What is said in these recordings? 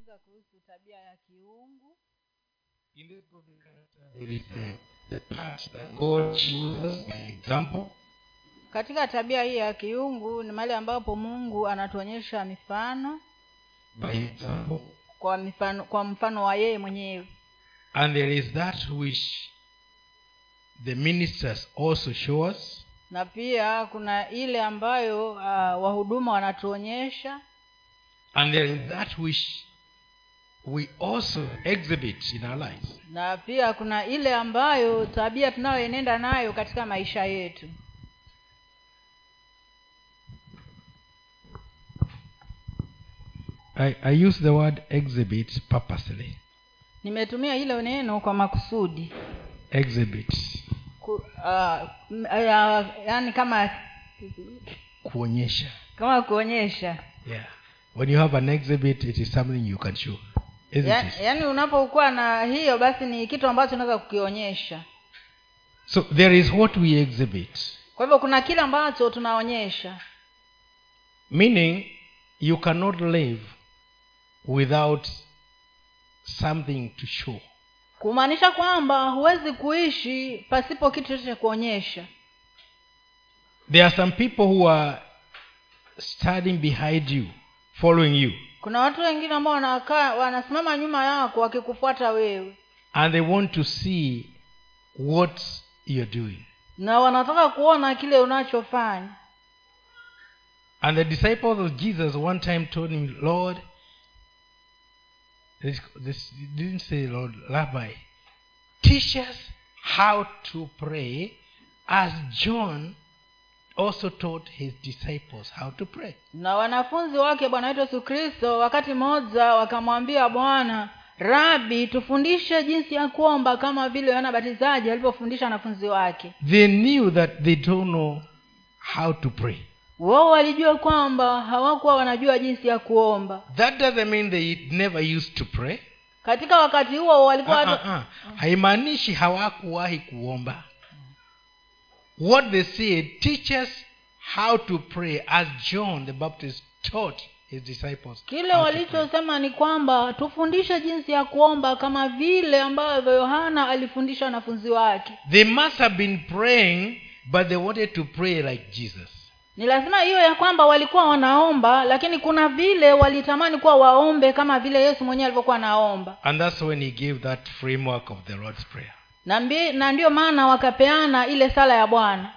kujifunza kuhusu tabia ya kiungu In the book of Galatians, it is the, the path that God chooses by example katika tabia hii ya kiungu ni mahali ambapo mungu anatuonyesha mifano by example, kwa mifano kwa mfano wa yeye mwenyewe and there is that which the ministers also show us, na pia kuna ile ambayo uh, wahuduma wanatuonyesha and there is that which we also exhibit in our lives. na pia kuna ile ambayo tabia tunayoenenda nayo katika maisha yetu I, I use the word exhibit purposely. nimetumia hilo neno kwa makusudi Exhibit, Ku, uh, uh, yaani kama kuonyesha. kama kuonyesha Yeah. When you have an exhibit, it is something you can show. Isn't ya, it? yaani unapokuwa na hiyo basi ni kitu ambacho unaweza kukionyesha So there is what we exhibit. kwa hivyo kuna kile ambacho tunaonyesha Meaning, you cannot live without something to show. kumaanisha kwamba huwezi kuishi pasipo kitu chochote cha kuonyesha There are some people who are standing behind you, following you, kuna watu wengine ambao wanakaa wanasimama nyuma yako wakikufuata wewe and they want to see what you're doing. na wanataka kuona kile unachofanya And the disciples of Jesus one time told him, Lord, this, this he didn't say Lord, Rabbi, teach us how to pray as John also taught his disciples how to pray. na wanafunzi wake bwana wetu yesu kristo wakati mmoja wakamwambia bwana rabi tufundishe jinsi ya kuomba kama vile yohana batizaji alivyofundisha wanafunzi wake They knew that they don't know how to pray. wao walijua kwamba hawakuwa wanajua jinsi ya kuomba That doesn't mean they never used to pray. katika wakati huo walikuwa Ah, watu ah, ah. haimaanishi hawakuwahi kuomba what they say teach us how to pray as john the baptist taught his disciples kile how to pray. walichosema ni kwamba tufundishe jinsi ya kuomba kama vile ambavyo yohana alifundisha wanafunzi wake they must have been praying but they wanted to pray like jesus ni lazima hiyo ya kwamba walikuwa wanaomba lakini kuna vile walitamani kuwa waombe kama vile yesu mwenyewe alivyokuwa anaomba and that's when he gave that framework of the lord's prayer na, mbi, na ndiyo maana wakapeana ile sala ya bwana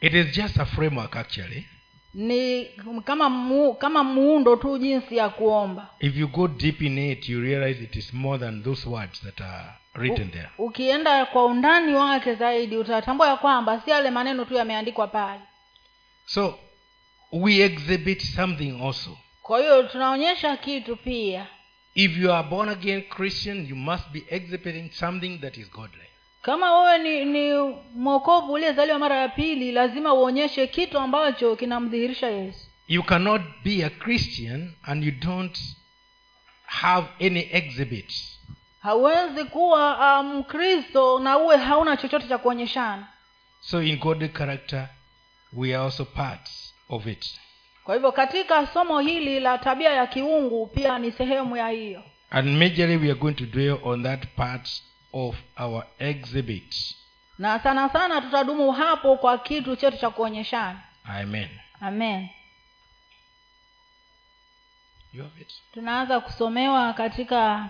it is just a framework actually ni kama mu, kama muundo tu jinsi ya kuomba if you go deep in it you realize it is more than those words that are written Oh. there ukienda kwa undani wake zaidi utatambua ya kwamba si yale maneno tu yameandikwa pale so we exhibit something also kwa hiyo tunaonyesha kitu pia If you are born again Christian, you must be exhibiting something that is godly. kama wewe ni, ni mwokovu uliyezaliwa mara ya pili lazima uonyeshe kitu ambacho kinamdhihirisha yesu You cannot be a Christian and you don't have any exhibit. hauwezi kuwa uh, mkristo na uwe hauna chochote cha kuonyeshana So, in godly character, we are also parts of it. kwa hivyo katika somo hili la tabia ya kiungu pia ni sehemu ya hiyo And majorly, we are going to dwell on that part of our exhibit. na sana sana tutadumu hapo kwa kitu chetu cha kuonyeshana Amen. amen You have it. tunaanza kusomewa katika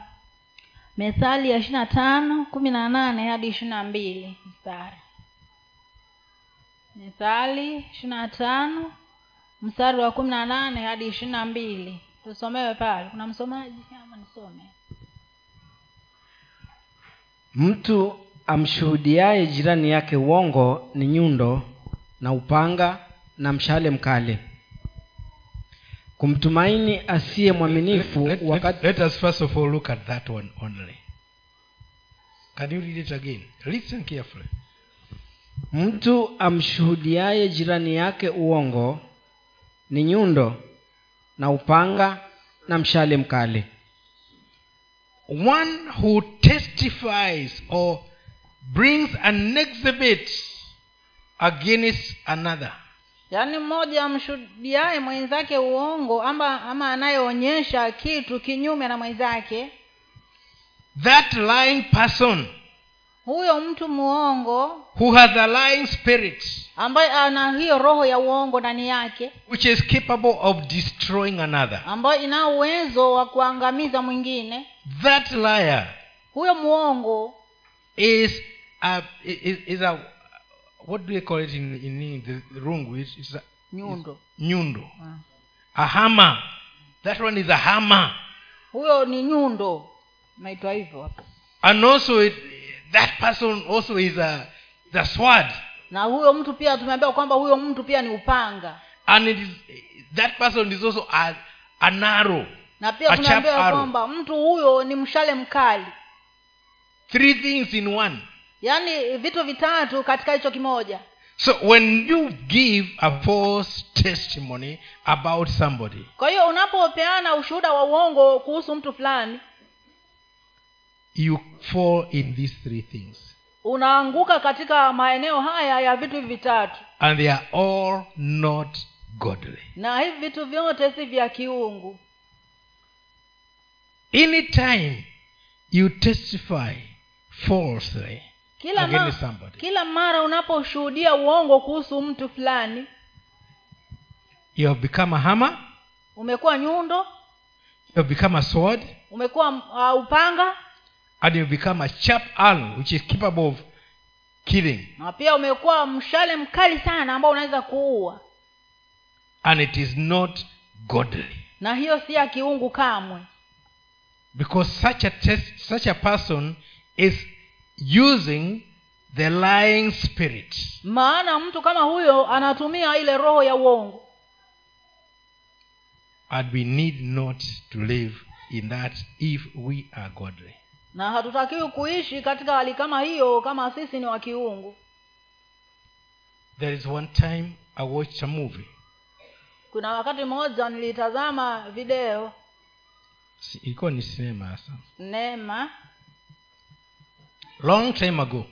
methali ya ishirina tano kumi na nane hadi ishirina mbili mstari methali ishirina tano mstari wa kumi na nane hadi ishirina mbili tusomewe pale kuna msomaji ama nisome mtu amshuhudiaye jirani yake uongo ni nyundo na upanga na mshale mkali kumtumaini asiye mwaminifu Let, let- wakati let us first of all look at that one only. Can you read it again? Listen carefully. mtu amshuhudiaye jirani yake uongo ni nyundo na upanga na mshale mkali one who testifies or brings an exhibit against another yaani mmoja amshuhudiaye mwenzake uongo ama ama anayeonyesha kitu kinyume na mwenzake That lying person huyo mtu muongo who has a lying spirit, ambaye ana hiyo roho ya uongo ndani yake which is capable of destroying another, ambayo ina uwezo wa kuangamiza mwingine that liar huyo muongo is a, is, is a what do they call it in, in the rungu? It's, it's a nyundo nyundo, Ah. a hammer. That one is a hammer. huyo ni nyundo naitwa hivyo hapo And also, it, that person also is a the sword, na huyo mtu pia tumeambiwa kwamba huyo mtu pia ni upanga and it is that person is also a, an arrow. na pia A sharp tumeambiwa arrow. kwamba mtu huyo ni mshale mkali Three things in one. yaani vitu vitatu katika hicho kimoja So when you give a false testimony about somebody, kwa hiyo unapopeana ushuhuda wa uongo kuhusu mtu fulani you fall in these three things, unaanguka katika maeneo haya ya vitu hivi vitatu and they are all not godly. na hivi vitu vyote si vya kiungu Anytime you testify falsely kila ma- against somebody, kila mara unaposhuhudia uongo kuhusu mtu fulani you have become a hammer, umekuwa nyundo you have become a sword, umekuwa uh, upanga and you have become a sharp arrow, which is capable of killing. na pia umekuwa mshale mkali sana ambao unaweza kuua And it is not godly. na hiyo si ya kiungu kamwe Because such a test, such a person is using the lying spirit. maana mtu kama huyo anatumia ile roho ya uongo And we need not to live in that if we are godly. na hatutakiwi kuishi katika hali kama hiyo kama sisi ni wa kiungu There is one time I watched a movie. kuna wakati mmoja nilitazama video Si- ilikuwa ni sinema hasa neema long time ago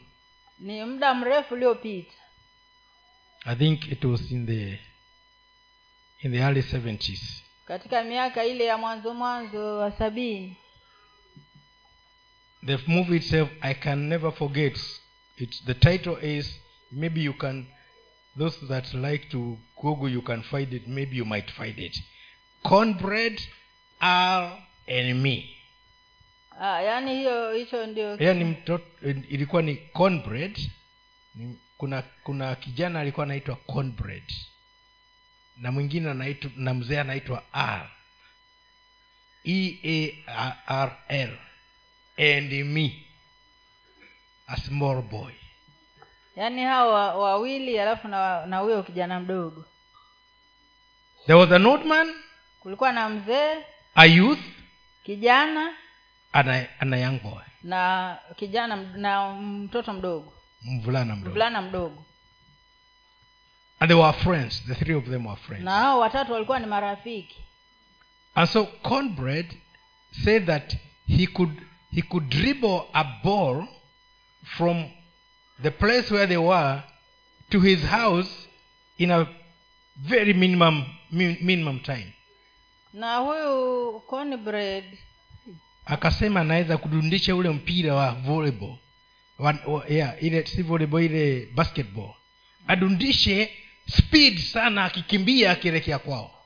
ni muda mrefu uliopita i think it was in the in the early 70s katika miaka ile ya mwanzo mwanzo wa sabini the movie itself i can never forget it the title is maybe you can those that like to google you can find it maybe you might find it cornbread are enemy ah, yaani hiyo hicho ndio yani mtoto ilikuwa ni cornbread Ni- kuna kuna kijana alikuwa anaitwa cornbread na mwingine anaitwa na mzee anaitwa r e a r l and me a small boy yaani hao wa- wawili alafu na na huyo kijana mdogo there was an old man kulikuwa na mzee a youth kijana and a, and a young boy na kijana md- na mtoto mdogo mvulana mdogo mvulana mdogo and they were friends the three of them were friends na hao watatu walikuwa ni marafiki And so Cornbread said that he could he could dribble a ball from the place where they were to his house in a very minimum min, minimum time. na huyu cornbread Akasema anaweza kudundisha ule mpira wa volleyball. Wan, wa, yeah, ile si volleyball ile basketball. Adundishe speed sana akikimbia akielekea kwao.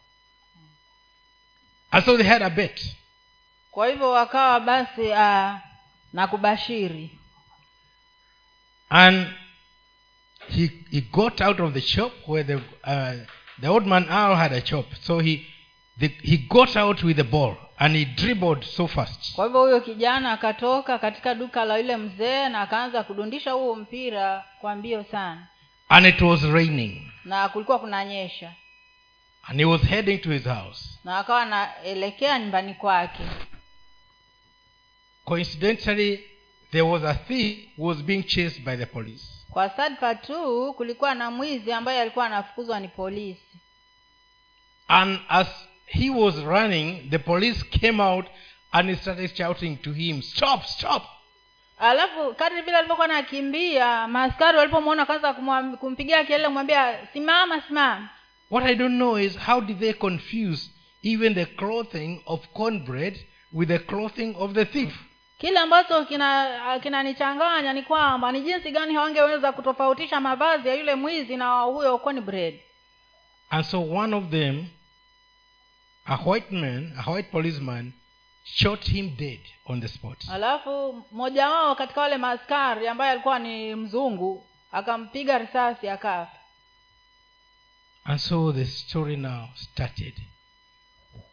And so they had a bet. kwa hivyo wakawa basi ah, na kubashiri and he he got out of the shop where the uh, the old man Al had a shop. So he the, he got out with the ball and he dribbled so fast. kwa hivyo huyo kijana akatoka katika duka la yule mzee na akaanza kudundisha huo mpira kwa mbio sana And it was raining na kulikuwa kunanyesha and he was heading to his house. na akawa anaelekea nyumbani kwake Coincidentally, there was a thief who was being chased by the police. kwa sadfa tu kulikuwa na mwizi ambaye alikuwa anafukuzwa ni polisi And as he was running, the police came out and he started shouting to him, "Stop! Stop!" alafu kadri vile alivyokuwa anakimbia maaskari walipomwona kwanza kumwam- kumpigia kelele kumwambia simama simama What I don't know is how did they confuse even the clothing of cornbread with the clothing of the thief? kile ambacho kina kinanichanganya ni kwamba ni jinsi gani hawangeweza kutofautisha mavazi ya yule mwizi na huyo cornbread And so one of them, a white man, a white policeman, shot him dead on the spot. alafu mmoja wao katika wale maaskari ambaye alikuwa ni mzungu akampiga risasi akafa And so the story now started.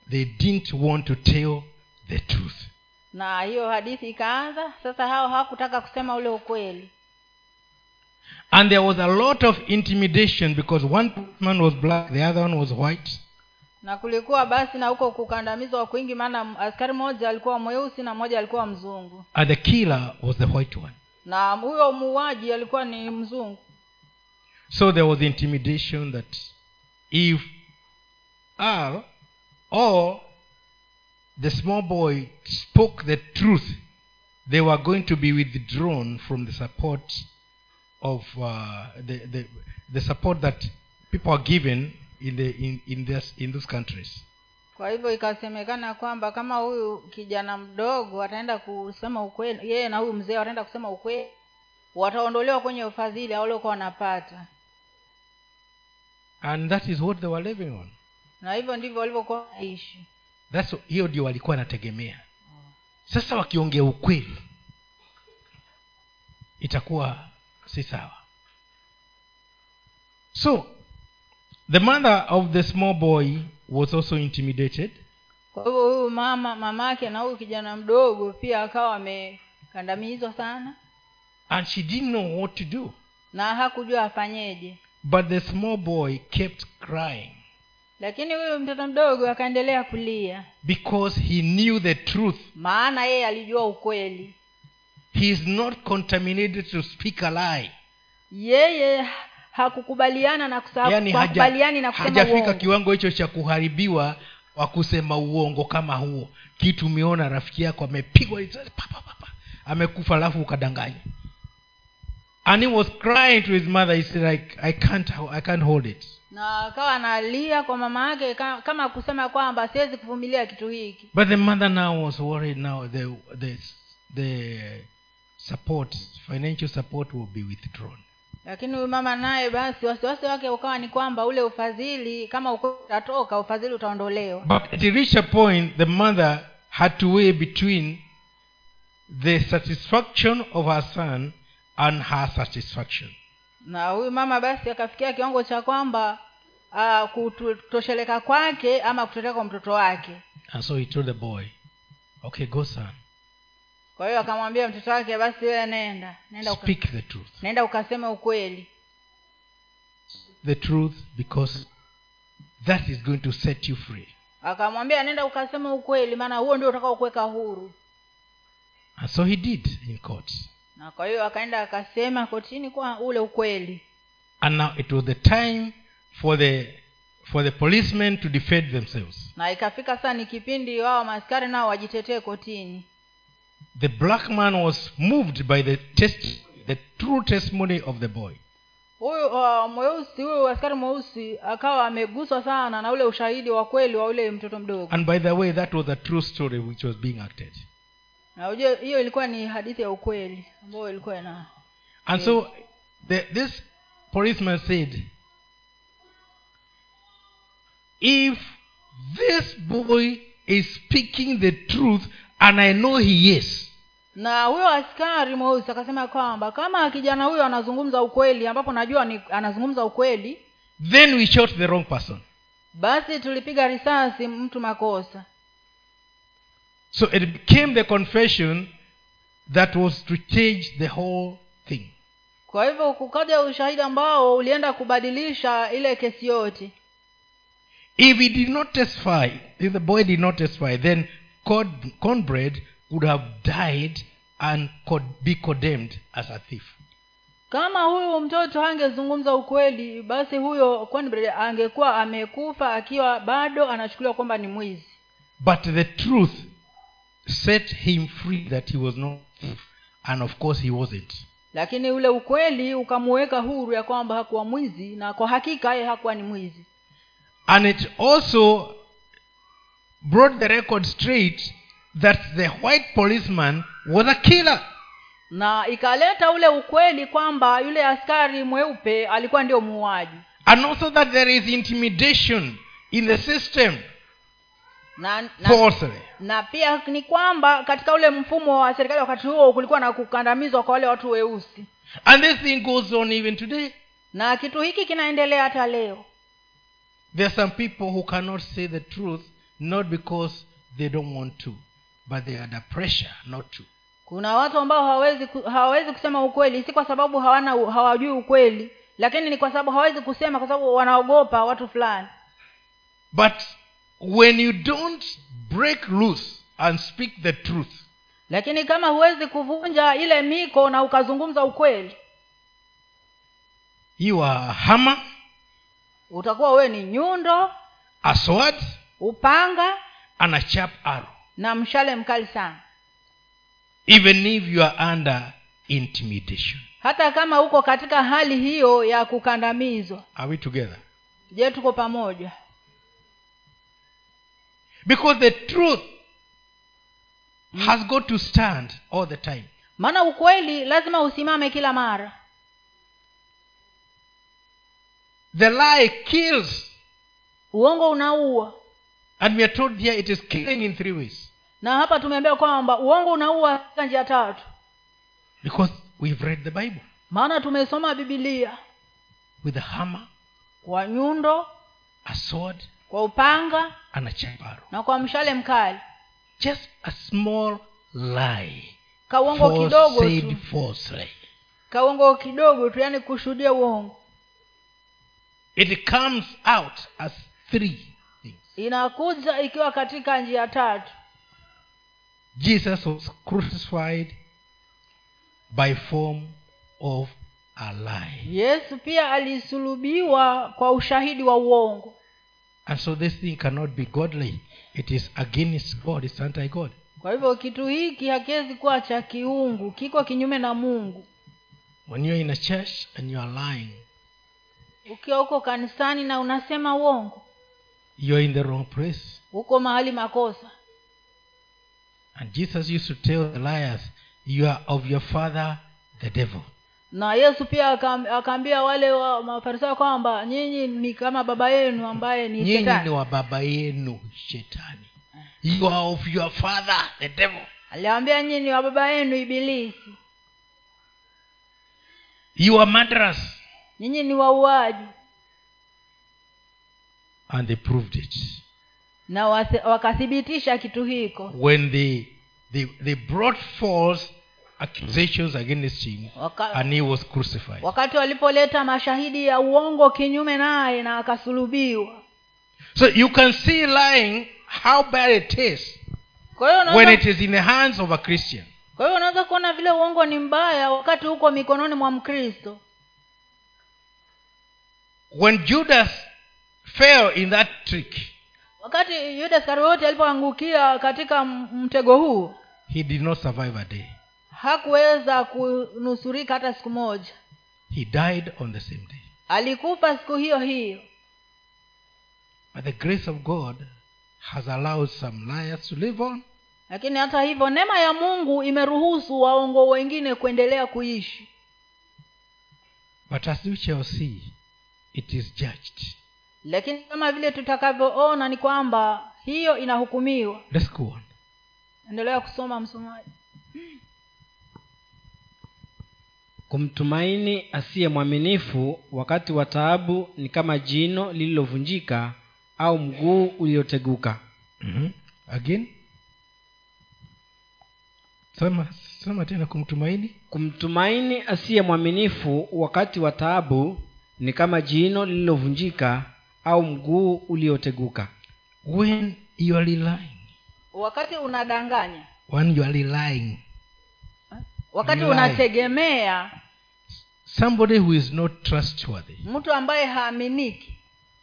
They didn't want to tell the truth. na hiyo hadithi ikaanza sasa hao hawakutaka kusema ule ukweli And there was a lot of intimidation because one man was black, the other one was white. na kulikuwa basi na huko kukandamizwa kwingi maana askari mmoja alikuwa mweusi na mmoja alikuwa mzungu And the killer was the white one. na huyo muuaji alikuwa ni mzungu So there was intimidation that if R or the small boy spoke the truth, they were going to be withdrawn from the support of uh, the, the, the support that people are given in the in in, this, in those countries. kwa hivyo ikasemekana kwamba kama huyu kijana mdogo ataenda kusema ukweli yeye na huyu mzee wataenda kusema ukweli wataondolewa kwenye ufadhili waliokuwa wanapata And that is what they were living on. na hivyo ndivyo walivyokuwa wanaishi That's hiyo ndio walikuwa wanategemea. Sasa wakiongea ukweli itakuwa si sawa. So the mother of the small boy was also intimidated kwa hivyo huyu mama mamake na huyu kijana mdogo pia akawa amekandamizwa sana and she didn't know what to do. na hakujua afanyeje But the small boy kept crying lakini huyu mtoto mdogo akaendelea kulia because he knew the truth. maana yeye alijua ukweli He is not contaminated to speak a lie. yeye hakukubaliana na kusahau- yani hakubaliani Yaani na haja, kusema hajafika uongo kiwango hicho cha kuharibiwa wa kusema uongo kama huo kitu umeona rafiki yako amepigwa risasi, pa, pa, pa, pa, amekufa alafu ukadanganya and he was crying to his mother he said, I, I, can't, I can't hold it na akawa analia kwa mama yake ka- kama kusema kwamba siwezi kuvumilia kitu hiki but the mother now was worried now the, the, the support financial support will be withdrawn lakini huyu mama naye basi wasiwasi wake ukawa ni kwamba ule ufadhili kama uko- utatoka ufadhili utaondolewa But at a richer point, the mother had to weigh between the satisfaction of her son and her satisfaction. na huyu mama basi akafikia kiwango cha kwamba ah, kutosheleka kwake ama kutotea kwa mtoto wake And so he told the boy, Okay, go, son, kwa hiyo akamwambia mtoto wake basi wewe nenda nenda, uka, speak the truth. nenda ukasema ukweli The truth, because that is going to set you free. akamwambia nenda ukasema ukweli maana huo ndio utakao kuweka huru And so he did in court. na kwa hiyo akaenda akasema kotini kwa ule ukweli And now it was the time for the for the policemen to defend themselves. na ikafika sasa ni kipindi wao maaskari nao wajitetee kotini The black man was moved by the test the true testimony of the boy. huyu uh, mweusi huyu askari mweusi akawa ameguswa sana na ule ushahidi wa kweli wa ule mtoto mdogo And by the way, that was a true story which was being acted. na ujue hiyo ilikuwa ni hadithi ya ukweli ambayo ilikuwa na And so the, this policeman said, If this boy is speaking the truth, and I know he is, na huyo askari mweusi akasema kwamba kama kijana huyo anazungumza ukweli ambapo najua ni anazungumza ukweli then we shot the wrong person. basi tulipiga risasi mtu makosa So it became the confession that was to change the whole thing. kwa hivyo kukaja ushahidi ambao ulienda kubadilisha ile kesi yote If he did not testify, if the boy did not testify, then corn- Cornbread would have died and could be condemned as a thief. kama huyu mtoto hangezungumza ukweli basi huyo Cornbread angekuwa amekufa akiwa bado anachukuliwa kwamba ni mwizi But the truth set him free that he was not a thief. And of course, he wasn't. lakini ule ukweli ukamuweka huru ya kwamba hakuwa mwizi na kwa hakika yeye hakuwa ni mwizi And it also brought the record straight that the white policeman was a killer. na ikaleta ule ukweli kwamba yule askari mweupe alikuwa ndio muuaji And also that there is intimidation in the system na, na, falsely. na pia ni kwamba katika ule mfumo wa serikali wakati huo kulikuwa na kukandamizwa kwa wale watu weusi And this thing goes on even today. na kitu hiki kinaendelea hata leo There are some people who cannot say the truth not because they don't want to, but they are under pressure not to. kuna watu ambao hawawezi ku- hawawezi kusema ukweli si kwa sababu hawana hawajui ukweli lakini ni kwa sababu hawawezi kusema kwa sababu wanaogopa watu fulani But when you don't break loose and speak the truth, lakini kama huwezi kuvunja ile miko na ukazungumza ukweli you are a hammer, utakuwa wewe ni nyundo a sword, upanga and a sharp arrow, na mshale mkali sana even if you are under intimidation. hata kama uko katika hali hiyo ya kukandamizwa Are we together? je tuko pamoja Because the truth has got to stand all the time. maana ukweli lazima usimame kila mara The lie kills. uongo unaua And we are told here it is killing in three ways. na hapa tumeambiwa kwamba uongo unaua katika njia tatu Because we've read the Bible maana tumesoma bibilia with a hammer, kwa nyundo a sword, kwa upanga and a sharp arrow. na kwa mshale mkali Just a small lie. ka uongo false kidogo tu said falsely. ka uongo kidogo tu yani kushuhudia uongo It comes out as three things. inakuja ikiwa katika njia tatu Jesus was crucified by form of a lie. yesu pia alisulubiwa kwa ushahidi wa uongo And so this thing cannot be godly. It is against God, it's anti God. kwa hivyo kitu hiki hakiwezi kuwa cha kiungu kiko kinyume na mungu When you're in a church and you are lying, ukiwa uko kanisani na unasema uongo you're in the wrong place. uko mahali makosa And Jesus used to tell the liars, You are of your father, the devil. na yesu pia akam- akaambia wale wa mafarisayo kwamba nyinyi ni kama baba yenu ambaye ni Nyinyi ni shetani wa baba yenu shetani. You are of your father, the devil. aliwaambia nyinyi ni wa baba yenu ibilisi You are murderers. nyinyi ni wauaji And they proved it. na wase- wakathibitisha kitu hiko When they they, they brought false accusations against him Waka, and he was crucified. wakati walipoleta mashahidi ya uongo kinyume naye na akasulubiwa So you can see lying how bad it is kwa hiyo when it unaweza- is in the hands of a Christian. kwa hiyo unaweza kuona vile uongo ni mbaya wakati huko mikononi mwa mkristo When Judas fell in that trick, wakati yuda iskarioti alipoangukia katika m- mtego huu he did not survive a day. hakuweza kunusurika hata siku moja He died on the same day. alikufa siku hiyo hiyo But the grace of God has allowed some liars to live on, lakini hata hivyo neema ya mungu imeruhusu waongo wengine kuendelea kuishi but as we shall see, it is judged. lakini kama vile tutakavyoona ni kwamba hiyo inahukumiwa Let's go on. endelea kusoma msomaji kumtumaini asiye mwaminifu wakati wa taabu ni kama jino lililovunjika au mguu ulioteguka Mm-hmm. Again. Sema, sema tena kumtumaini kumtumaini asiye mwaminifu wakati wa taabu ni kama jino lililovunjika au mguu ulioteguka when you are lying. wakati unadanganya When you are lying. wakati Lie. unategemea Somebody who is not trustworthy. mtu ambaye haaminiki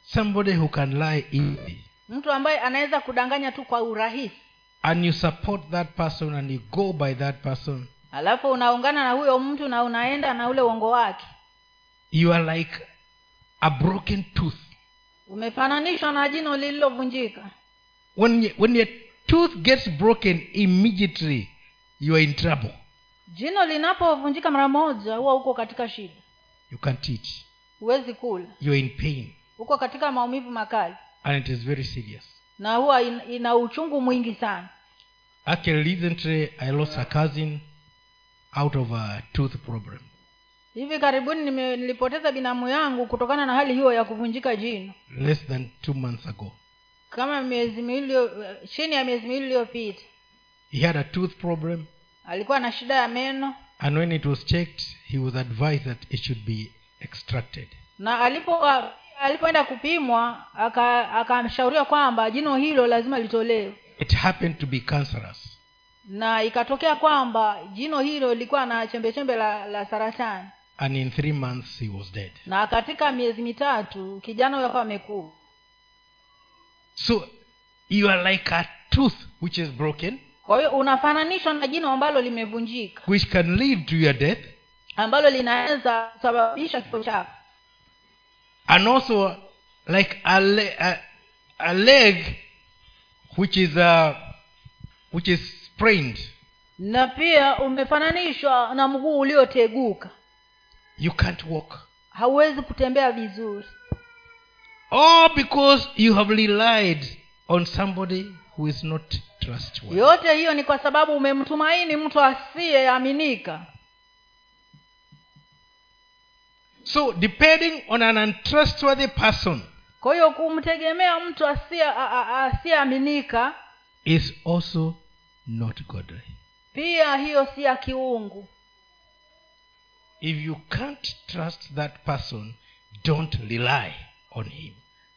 Somebody who can lie easily. mtu ambaye anaweza kudanganya tu kwa urahisi And you support that person and you go by that person. alafu unaungana na huyo mtu na unaenda na ule uongo wake You are like a broken tooth. umefananishwa na jino lililovunjika When, y- when your tooth gets broken immediately, you are in trouble. jino linapovunjika mara moja huwa uko katika shida You can't eat. huwezi kula You're in pain. uko katika maumivu makali And it is very serious. na huwa in, ina uchungu mwingi sana Actually, recently, I lost a cousin out of a tooth problem. hivi karibuni nime, nilipoteza binamu yangu kutokana na hali hiyo ya kuvunjika jino Less than two months ago. kama miezi miwili iliyo- chini ya miezi miwili iliyopita He had a tooth problem, alikuwa na shida ya meno and when it was checked, he was advised that it should be extracted. na alipo alipoenda kupimwa aka- akashauriwa kwamba jino hilo lazima litolewe It happened to be cancerous. na ikatokea kwamba jino hilo lilikuwa na chembechembe la, la saratani and in three months he was dead. na katika miezi mitatu kijana huyo akawa amekuwa So you are like a tooth which is broken, kwa hiyo unafananishwa na jino ambalo limevunjika which can lead to your death, ambalo linaweza kusababisha kifo chako and also like a, le- a, a leg which is uh, which is sprained. na pia umefananishwa na mguu ulioteguka You can't walk. hauwezi kutembea vizuri All because you have relied on somebody who is not trustworthy. yote hiyo ni kwa sababu umemtumaini mtu asiyeaminika So depending on an untrustworthy person kwa hiyo kumtegemea mtu asiye- a- a- asiyeaminika is also not godly. pia hiyo si ya kiungu if you can't trust that person don't rely on him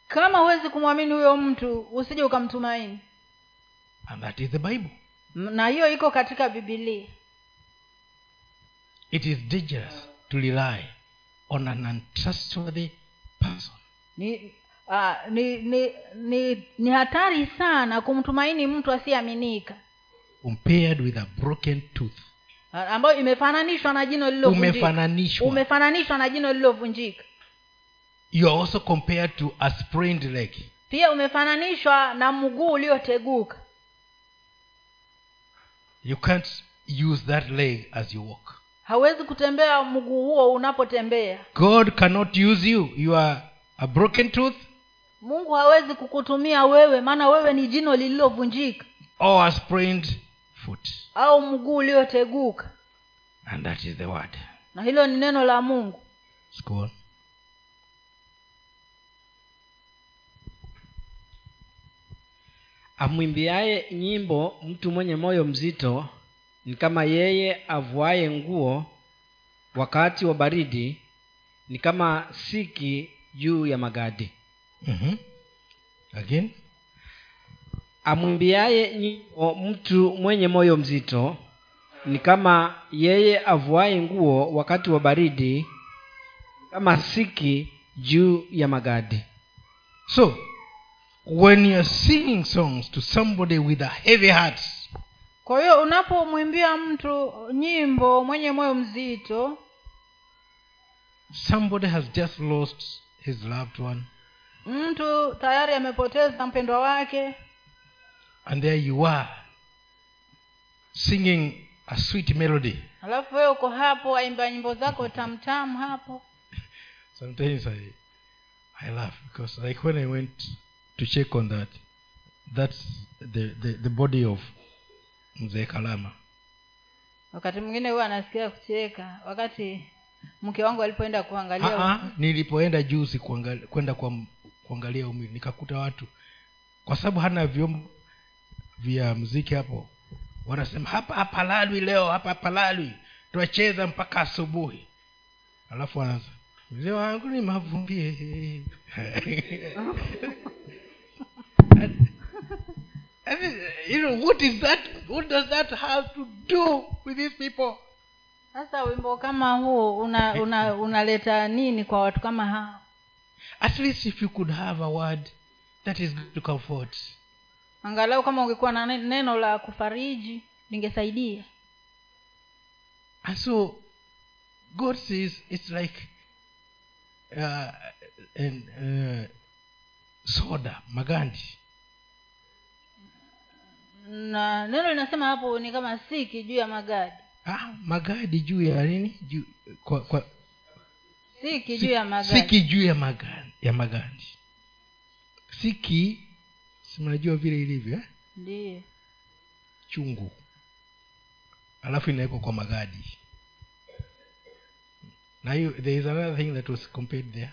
kama huwezi kumwamini huyo mtu usije ukamtumaini and that is the bible M- na hiyo iko katika bibilia it is dangerous to rely on an untrustworthy person ni, a, ni, ni ni ni hatari sana kumtumaini mtu asiyeaminika compared with a broken tooth a- ambayo imefananishwa na jino lililovunjika umefananishwa umefananishwa na jino lililovunjika you are also compared to a sprained leg pia umefananishwa na mguu ulioteguka you can't use that leg as you walk hauwezi kutembea mguu huo unapotembea god cannot use you you are a broken tooth mungu hawezi kukutumia wewe maana wewe ni jino lililovunjika or a sprained foot au mguu ulioteguka and that is the word na hilo ni neno la mungu Let's go on. amwimbiaye nyimbo mtu mwenye moyo mzito ni kama yeye avuaye nguo wakati wa baridi ni kama siki juu ya magadi Mhm. again amwimbiaye nyimbo mtu mwenye moyo mzito ni kama yeye avuaye nguo wakati wa baridi kama siki juu ya magadi So, when you're singing songs to somebody with a heavy heart, kwa hiyo unapomwimbia mtu nyimbo mwenye moyo mzito somebody has just lost his loved one, mtu tayari amepoteza mpendwa wake and there you are singing a sweet melody. alafu wewe uko hapo waimba nyimbo zako tamtamu hapo Sometimes I, I laugh because, like, when I went to check on that, that's the, the, the body of Mzee Kalama. wakati mwingine huwa anasikia kucheka wakati mke wangu alipoenda kuangalia Ah, ah, nilipoenda juzi kuangali- kwenda kwa, kuangalia umri nikakuta watu kwa sababu hana vyombo vya mziki hapo wanasema hapa hapalalwi leo hapa hapalalwi twacheza mpaka asubuhi alafu wanaanza mzee wangu ni mavumbie I mean, you know, what is that what does that have to do with these people sasa wimbo kama huo una una unaleta nini kwa watu kama hao At least if you could have a word that is going to comfort. angalau kama ungekuwa na ne- neno la kufariji lingesaidia And so God says it's like uh, and uh, soda magandi na neno linasema hapo ni kama siki juu ya magadi ah, magadi juu ya nini juu, kwa, kwa, siki si- juu ya magadi siki juu ya magandi, ya magandi siki si mnajua vile ilivyo eh? ndiyo chungu alafu inawekwa kwa magadi na hiyo there is another thing that was compared there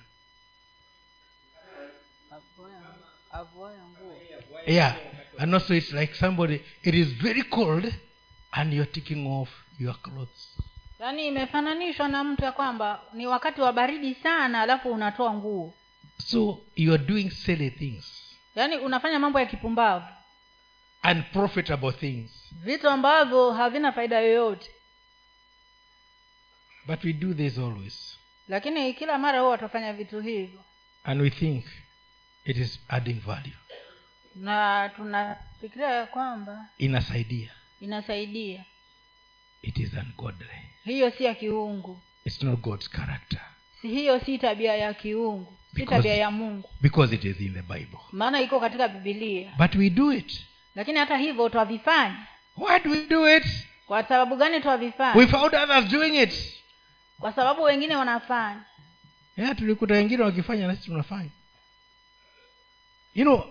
avoya nguo yeah and also it's like somebody it is very cold and you're taking off your clothes yaani imefananishwa na mtu ya kwamba ni wakati wa baridi sana alafu unatoa nguo so you are doing silly things yaani unafanya mambo ya kipumbavu unprofitable things vitu ambavyo havina faida yoyote but we do this always lakini kila mara huwa watafanya vitu hivyo and we think it is adding value na tunafikiria ya kwamba inasaidia inasaidia it is ungodly hiyo si ya kiungu it's not god's character si hiyo si tabia ya kiungu si Because- tabia ya mungu because it is in the bible maana iko katika bibilia but we do it lakini hata hivyo twavifanya why do we do it kwa sababu gani twavifanya we found others doing it kwa sababu wengine wanafanya yeah, tulikuta wengine wakifanya nasi tunafanya you know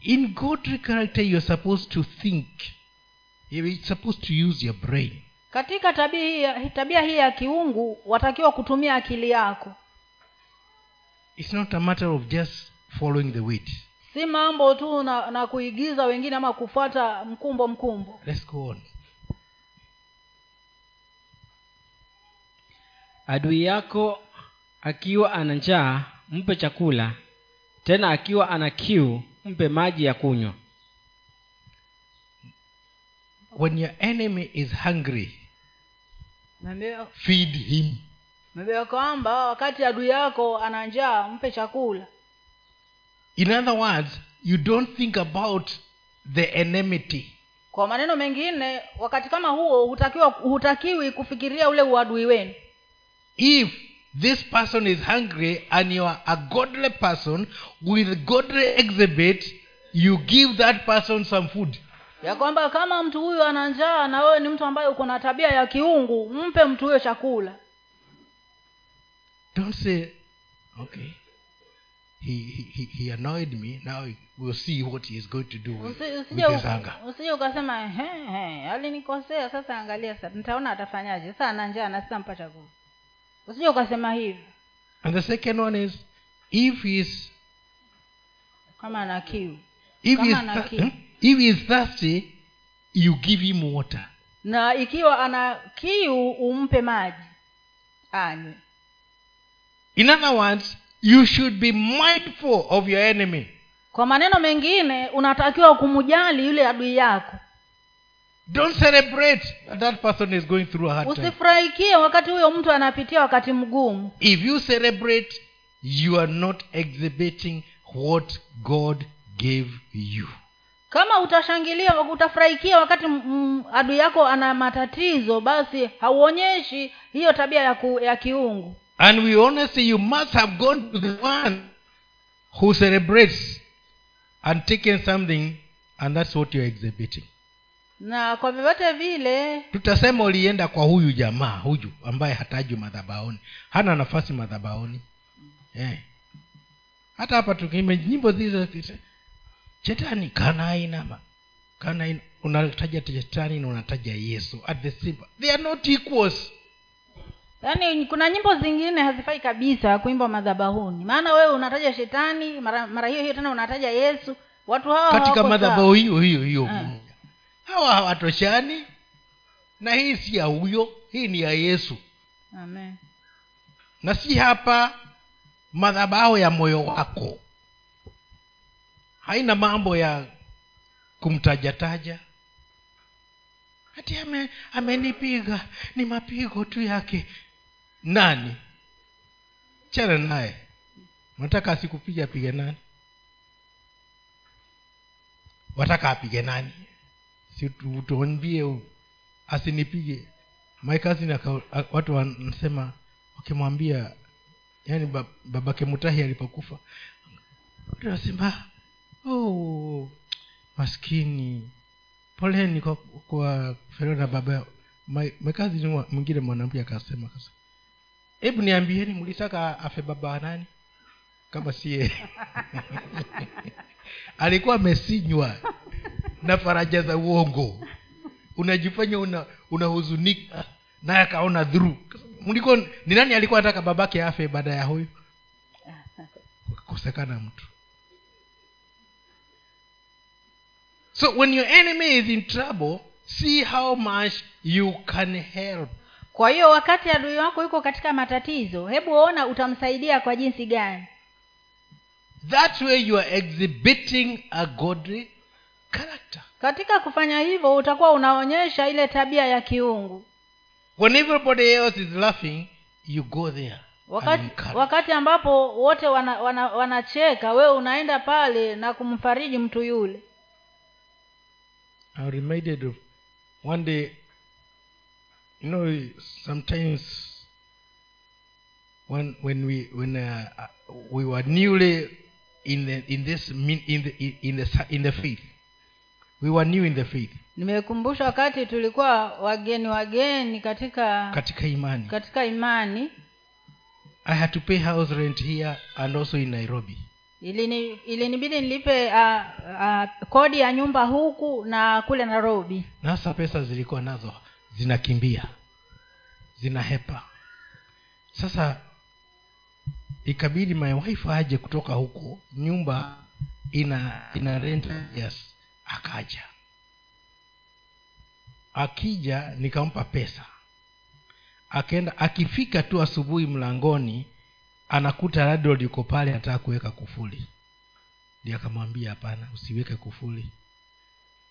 in godly character you're supposed to think you're supposed to use your brain katika tabia hii ya- tabia hii ya kiungu watakiwa kutumia akili yako it's not a matter of just following the weight si mambo tu na, na kuigiza wengine ama kufuata mkumbo mkumbo let's go on adui yako akiwa ana njaa mpe chakula tena akiwa ana kiu mpe maji ya kunywa when your enemy is hungry Naambiwa- feed him naambiwa kwamba wakati adui yako ana njaa mpe chakula in other words you don't think about the enmity kwa maneno mengine wakati kama huo hutakiwa hutakiwi kufikiria ule uadui wenu if this person is hungry and you are a godly person with godly exhibit you give that person some food ya kwamba kama mtu huyu ana njaa na wewe ni mtu ambaye uko na tabia ya kiungu mpe mtu huyo chakula don't say okay he, he, he- he annoyed me now we'll see what he is going to do with, Usi- with usije his uka- anger usije ukasema "Ehe, ehe, alinikosea sasa angalia sasa nitaona atafanyaje sasa ana njaa na sasa mpa chakula usije ukasema hivi and the second one is if he is kama ana kiu if he is, Kama na thir- kiu. hmm? if he is thirsty you give him water na ikiwa ana kiu umpe maji anywe in other words you should be mindful of your enemy kwa maneno mengine unatakiwa kumjali yule adui yako Don't celebrate that that person is going through a hard time. usifurahikie wakati huyo mtu anapitia wakati mgumu If you celebrate, you are not exhibiting what God gave you. kama utashangilia utafurahikia wakati mm, adui yako ana matatizo basi hauonyeshi hiyo tabia ya, ku, ya kiungu And we honestly, you must have gone to the one who celebrates and taken something, and that's what you're exhibiting. na kwa vyovyote vile tutasema ulienda kwa huyu jamaa huyu ambaye hatajwi madhabaoni hana nafasi madhabaoni eh. hata hapa tukime nyimbo zizo chetani kanainama kanain unataja chetani na unataja yesu at the same they are not Ah, equals yaani kuna nyimbo zingine hazifai kabisa kuimba madhabahuni maana wewe unataja shetani mara, mara hiyo hiyo tena unataja yesu watu hawa katika hawako madhabahu sawa. hiyo hiyo hiyo Ah. moja. hawa hawatoshani na hii si ya huyo hii ni ya yesu Amen. na si hapa madhabahu ya moyo wako haina mambo ya kumtajataja hati ame, amenipiga ni mapigo tu yake nani chana naye unataka asikupiga apige nani wataka apige nani si tu- tuambie u- asinipige my cousin aka, a- watu wanasema wakimwambia yani babake mutahi alipokufa Watu wanasema oh, maskini poleni kwa, kwa Fero na baba yao." Ma- makazi ni wa- mwingine mwanamke akasema sasa hebu niambieni mlitaka afe baba wa nani kama sie alikuwa amesinywa na faraja za uongo unajifanya una unahuzunika naye akaona dhuru mlikuwa ni nani alikuwa anataka babake afe baada ya huyu kukosekana mtu so when your enemy is in trouble see how much you can help kwa hiyo wakati adui wako yuko katika matatizo hebu ona utamsaidia kwa jinsi gani that way you are exhibiting a godly character katika kufanya hivyo utakuwa unaonyesha ile tabia ya kiungu when everybody else is laughing you go there and wakati encourage. wakati ambapo wote wanacheka wana, wana wanacheka, wewe unaenda pale na kumfariji mtu yule I'm reminded of one day, you know, sometimes when when we when uh, uh, we were newly in the in this min- in the in- in the sa- in the faith, we were new in the faith. nimekumbusha wakati tulikuwa wageni wageni katika Katika imani, katika imani I had to pay house rent here and also in Nairobi. ilini ilinibidi nilipe uh, uh, kodi ya nyumba huku na kule nairobi Na hasa pesa zilikuwa nazo zinakimbia zinahepa sasa ikabidi my wife aje kutoka huko nyumba ina ina rent yes akaja akija nikampa pesa akaenda akifika tu asubuhi mlangoni anakuta radio liko pale anataka kuweka kufuli ndio akamwambia hapana usiweke kufuli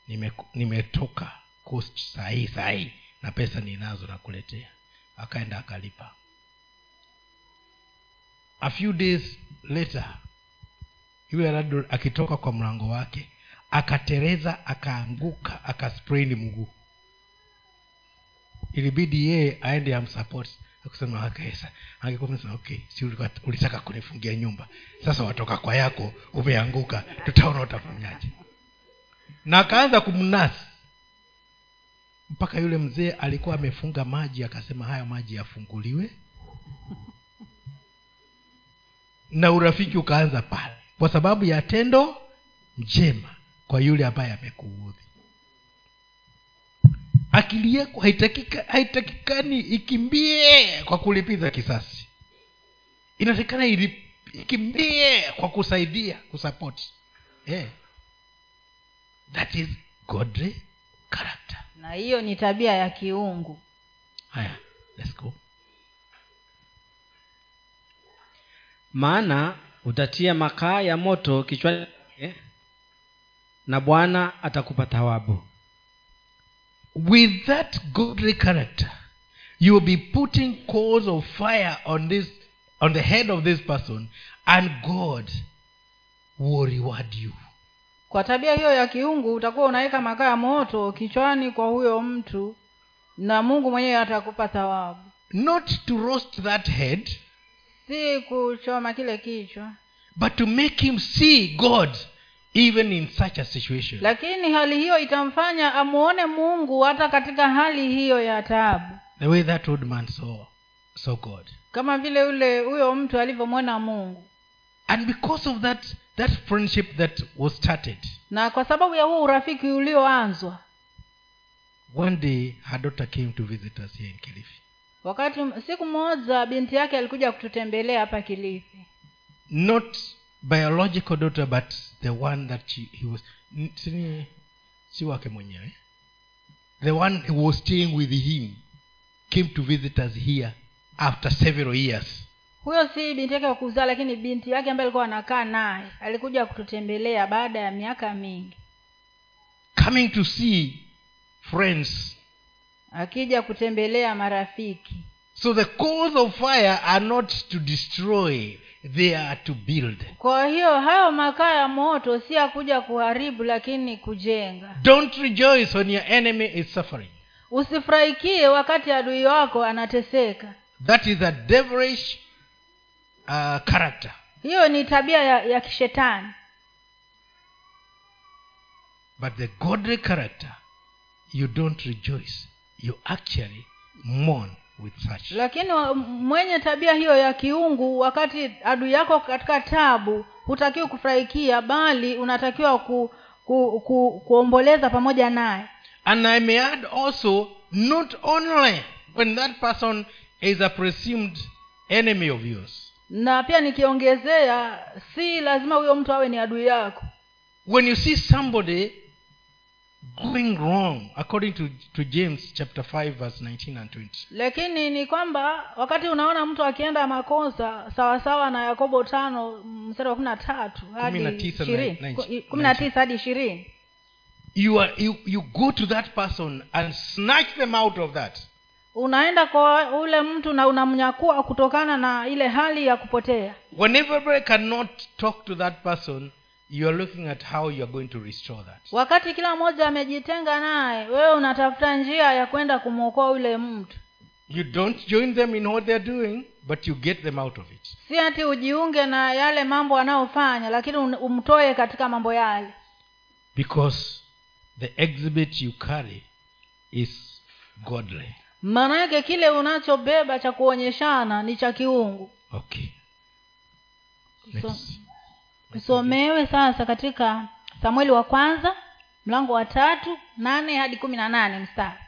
Nime, nimetoka coast sahii sahii na pesa ninazo nakuletea akaenda akalipa a few days later yule rado akitoka kwa mlango wake akatereza akaanguka akaspraini mguu ilibidi yeye aende amsupport akusema wakaesa angekuwa okay si ulikuwa- ulitaka kunifungia nyumba sasa watoka kwa yako umeanguka tutaona utafanyaje na akaanza kumnasi mpaka yule mzee alikuwa amefunga maji akasema haya maji yafunguliwe na urafiki ukaanza pale kwa sababu ya tendo njema kwa yule ambaye amekuudhi akili yako haitakika- haitakikani ikimbie kwa kulipiza kisasi inatakikana ili- ikimbie kwa kusaidia kusapoti eh. that is godly character na hiyo ni tabia ya kiungu haya Ah, let's go maana utatia makaa ya moto kichwani eh, na bwana atakupa thawabu with that godly character you will be putting coals of fire on this on the head of this person and god will reward you kwa tabia hiyo ya kiungu utakuwa unaweka makaa ya moto kichwani kwa huyo mtu na mungu mwenyewe atakupa thawabu not to roast that head si kuchoma kile kichwa but to make him see god even in such a situation lakini hali hiyo itamfanya amuone mungu hata katika hali hiyo ya taabu the way that old man saw saw god kama vile yule huyo mtu alivyomwona mungu and because of that that friendship that was started na kwa sababu ya huo urafiki ulioanzwa one day her daughter came to visit us here in kilifi wakati siku moja binti yake alikuja kututembelea hapa kilifi not biological daughter but the one that she, he was n- sini- si wake mwenyewe the one who was staying with him came to visit us here after several years huyo si binti yake wa kuzaa lakini binti yake ambaye alikuwa anakaa naye alikuja kututembelea baada ya miaka mingi coming to see friends akija kutembelea marafiki so the coals of fire are not to destroy they are to build kwa hiyo hayo makaa ya moto si ya kuja kuharibu lakini kujenga don't rejoice when your enemy is suffering usifurahikie wakati adui wako anateseka that is a devilish uh, character hiyo ni tabia ya, ya kishetani But the godly character, you don't rejoice. You actually mourn with such. lakini wa- mwenye tabia hiyo ya kiungu wakati adui yako katika tabu hutakiwi kufurahikia bali unatakiwa ku, ku, ku, kuomboleza pamoja naye And I may add also, not only when that person is a presumed enemy of yours, na pia nikiongezea si lazima huyo mtu awe ni adui yako when you see somebody going wrong, according to, to James chapter 5, verse 19 and 20, lakini ni kwamba wakati unaona mtu akienda makosa sawasawa na yakobo tano mstari wa kumi na tatu Kumi na hadi tisa na- ishirini na- Ku- kumi na tisa hadi ishirini you, are, you, you go to that person and snatch them out of that. unaenda kwa ule mtu na unamnyakua kutokana na ile hali ya kupotea Whenever I cannot talk to that person, you are looking at how you are going to restore that. wakati kila mmoja amejitenga naye wewe unatafuta njia ya kwenda kumwokoa yule mtu You don't join them in what they're doing, but you get them out of it. si ati ujiunge na yale mambo anayofanya lakini un- umtoe katika mambo yale Because the exhibit you carry is godly. maana yake kile unachobeba cha kuonyeshana ni cha kiungu Okay. So- tusomewe sasa katika samueli wa kwanza mlango wa tatu nane hadi kumi na nane mstari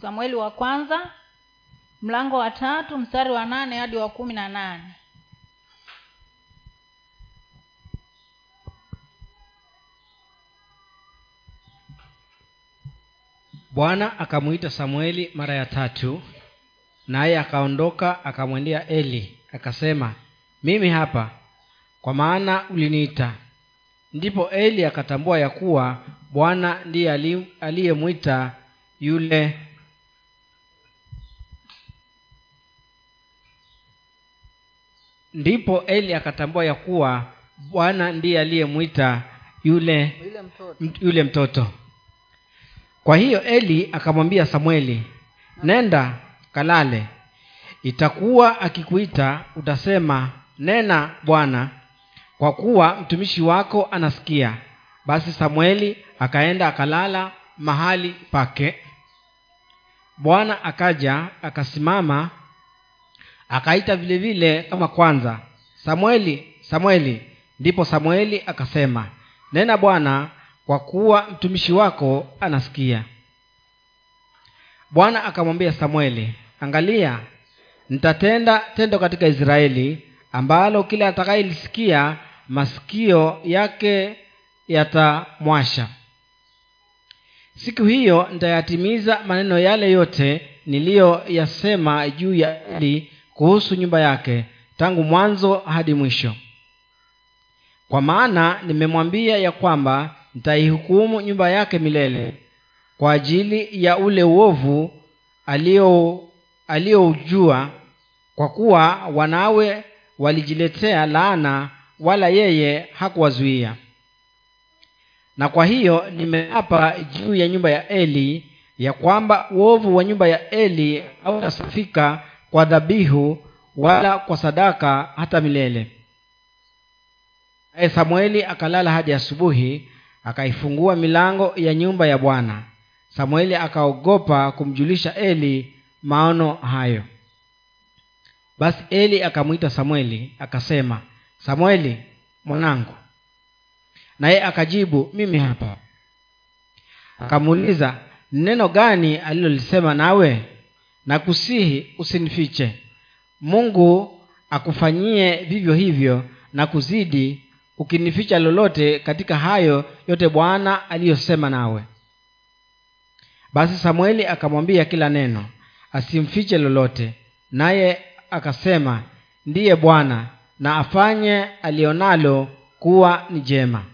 samueli wa kwanza mlango wa tatu mstari wa nane hadi wa kumi na nane bwana akamwita samueli mara ya tatu naye akaondoka akamwendea eli akasema mimi hapa kwa maana uliniita ndipo eli akatambua ya kuwa bwana ndiye ali- aliyemwita yule ndipo eli akatambua ya kuwa bwana ndiye aliyemwita yule mt- yule mtoto kwa hiyo eli akamwambia samueli nenda kalale itakuwa akikuita utasema nena bwana kwa kuwa mtumishi wako anasikia basi samueli akaenda akalala mahali pake bwana akaja akasimama akaita vile vile kama kwanza samueli samueli ndipo samueli akasema nena bwana kwa kuwa mtumishi wako anasikia bwana akamwambia samueli angalia nitatenda tendo katika israeli ambalo kila atakayelisikia masikio yake yatamwasha siku hiyo nitayatimiza maneno yale yote niliyoyasema juu ya eli kuhusu nyumba yake tangu mwanzo hadi mwisho kwa maana nimemwambia ya kwamba nitaihukumu nyumba yake milele kwa ajili ya ule uovu alio- alioujua kwa kuwa wanawe walijiletea laana wala yeye hakuwazuia na kwa hiyo nimeapa juu ya nyumba ya eli ya kwamba uovu wa nyumba ya eli hautasafika kwa dhabihu wala kwa sadaka hata milele naye samueli akalala hadi asubuhi akaifungua milango ya nyumba ya bwana samueli akaogopa kumjulisha eli maono hayo basi eli akamwita samueli akasema samueli mwanangu naye akajibu mimi hapa akamuuliza neno gani alilolisema nawe nakusihi usinifiche mungu akufanyie vivyo hivyo na kuzidi ukinificha lolote katika hayo yote bwana aliyosema nawe basi samueli akamwambia kila neno asimfiche lolote naye akasema ndiye bwana na afanye alionalo kuwa ni jema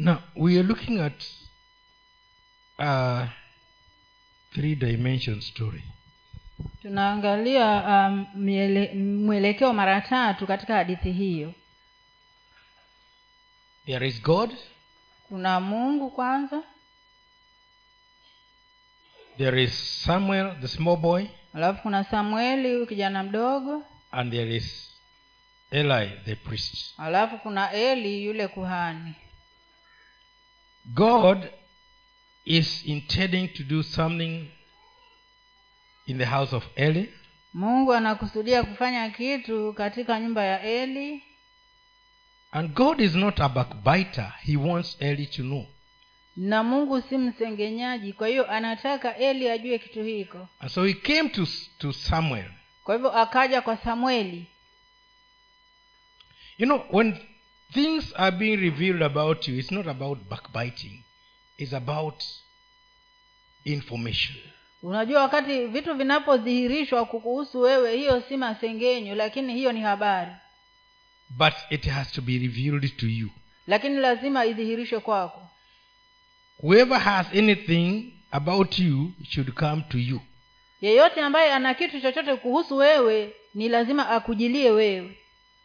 Now, we are looking at a three dimension story. tunaangalia um, miele, mwelekeo mara tatu katika hadithi hiyo There is God, kuna mungu kwanza there is Samuel, the small boy, alafu kuna samueli huyu kijana mdogo and there is eli the priest alafu kuna eli yule kuhani god is intending to do something in the house of eli mungu anakusudia kufanya kitu katika nyumba ya eli and god is not a backbiter he wants eli to know na mungu si msengenyaji kwa hiyo anataka eli ajue kitu hiko and so he came to, to samuel kwa hivyo akaja kwa samueli You know, when things are being revealed about you, it's not about backbiting, it's about information. unajua wakati vitu vinapodhihirishwa kukuhusu wewe hiyo si masengenyo lakini hiyo ni habari But it has to be revealed to you. lakini lazima idhihirishwe kwako Whoever has anything about you should come to you. yeyote ambaye ana kitu chochote kuhusu wewe ni lazima akujilie wewe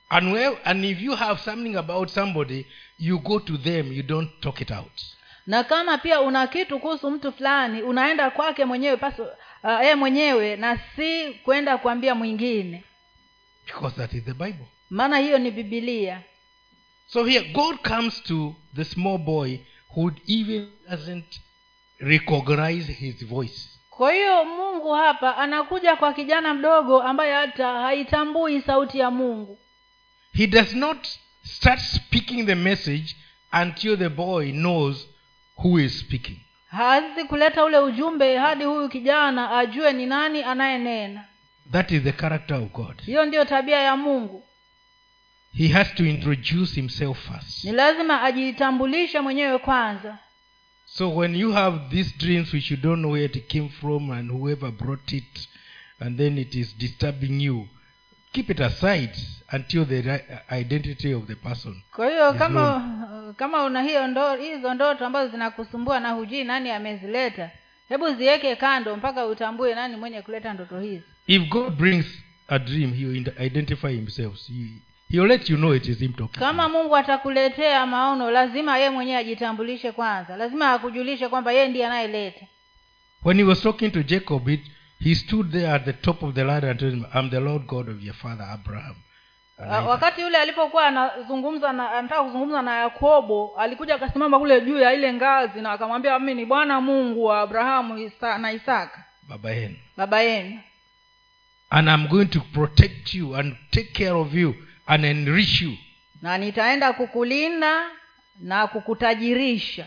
And, where, and if you have something about somebody, you go to them, you don't talk it out. na kama pia una kitu kuhusu mtu fulani unaenda kwake mwenyewe paso uh, yeye mwenyewe na si kwenda kuambia mwingine Because that is the Bible. maana hiyo ni bibilia So here, God comes to the small boy who even doesn't recognize his voice. kwa hiyo mungu hapa anakuja kwa kijana mdogo ambaye hata haitambui sauti ya mungu He does not start speaking the message until the boy knows who is speaking. hawezi kuleta ule ujumbe hadi huyu kijana ajue ni nani anayenena That is the character of God. hiyo ndiyo tabia ya mungu He has to introduce himself first. ni lazima ajitambulishe mwenyewe kwanza So when you have these dreams which you don't know where it came from and whoever brought it and then it is disturbing you, keep it aside until the ri- uh, identity of the person. kwa hiyo Ni kama kama una hiyo ndo, hizo ndoto ambazo zinakusumbua na hujui nani amezileta hebu ziweke kando mpaka utambue nani mwenye kuleta ndoto hizi If God brings a dream, he will ind- identify himself. He, he will let you know it is him talking. kama mungu atakuletea maono lazima yeye mwenyewe ajitambulishe kwanza lazima akujulishe kwamba yeye ndiye anayeleta When he was talking to Jacob, it, he stood there at the top of the ladder and told him, I'm the Lord God of your father Abraham. and Wa- Isaac." wakati yule alipokuwa anazungumza na anataka kuzungumza na yakobo alikuja akasimama kule juu ya ile ngazi na akamwambia mimi ni bwana mungu wa abrahamu Isa, na isaka Baba Hen. baba yenu And I'm going to protect you and take care of you and enrich you. na nitaenda kukulinda na kukutajirisha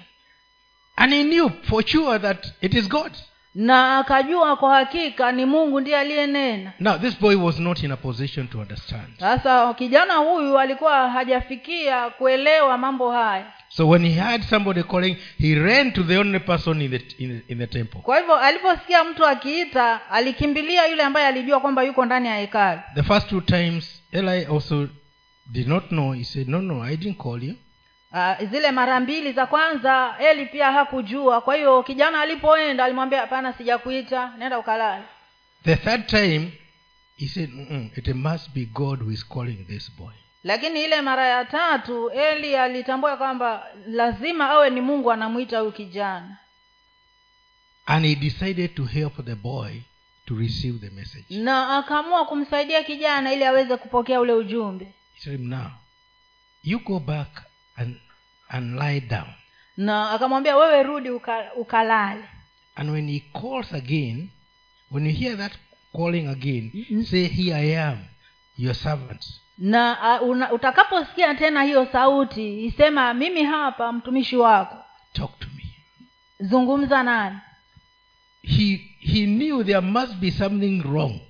And he knew for sure that it is God. na akajua kwa hakika ni mungu ndiye aliyenena Now, this boy was not in a position to understand. sasa kijana huyu alikuwa hajafikia kuelewa mambo haya So when he heard somebody calling, he ran to the only person in the, in, in the temple. kwa hivyo aliposikia mtu akiita alikimbilia yule ambaye alijua kwamba yuko ndani ya hekalu The first two times, Eli also did not know. He said, No, no, I didn't call you. Ah, zile mara mbili za kwanza eli pia hakujua kwa hiyo kijana alipoenda alimwambia hapana sijakuita nenda ukalale The third time, he said, "Mm-mm, It must be God who is calling this boy. lakini ile mara ya tatu eli alitambua kwamba lazima awe ni mungu anamwita huyu kijana And he decided to help the boy to receive the message. He na akaamua kumsaidia kijana ili aweze kupokea ule ujumbe said to him, Now, you go back and, and lie down. na akamwambia wewe rudi uka, ukalale And when he calls again, when you hear that calling again, Mm-mm. say, Here I am, your servant. na uh, una, utakaposikia tena hiyo sauti isema mimi hapa mtumishi wako Talk to me. zungumza nani He, he knew there must be something wrong.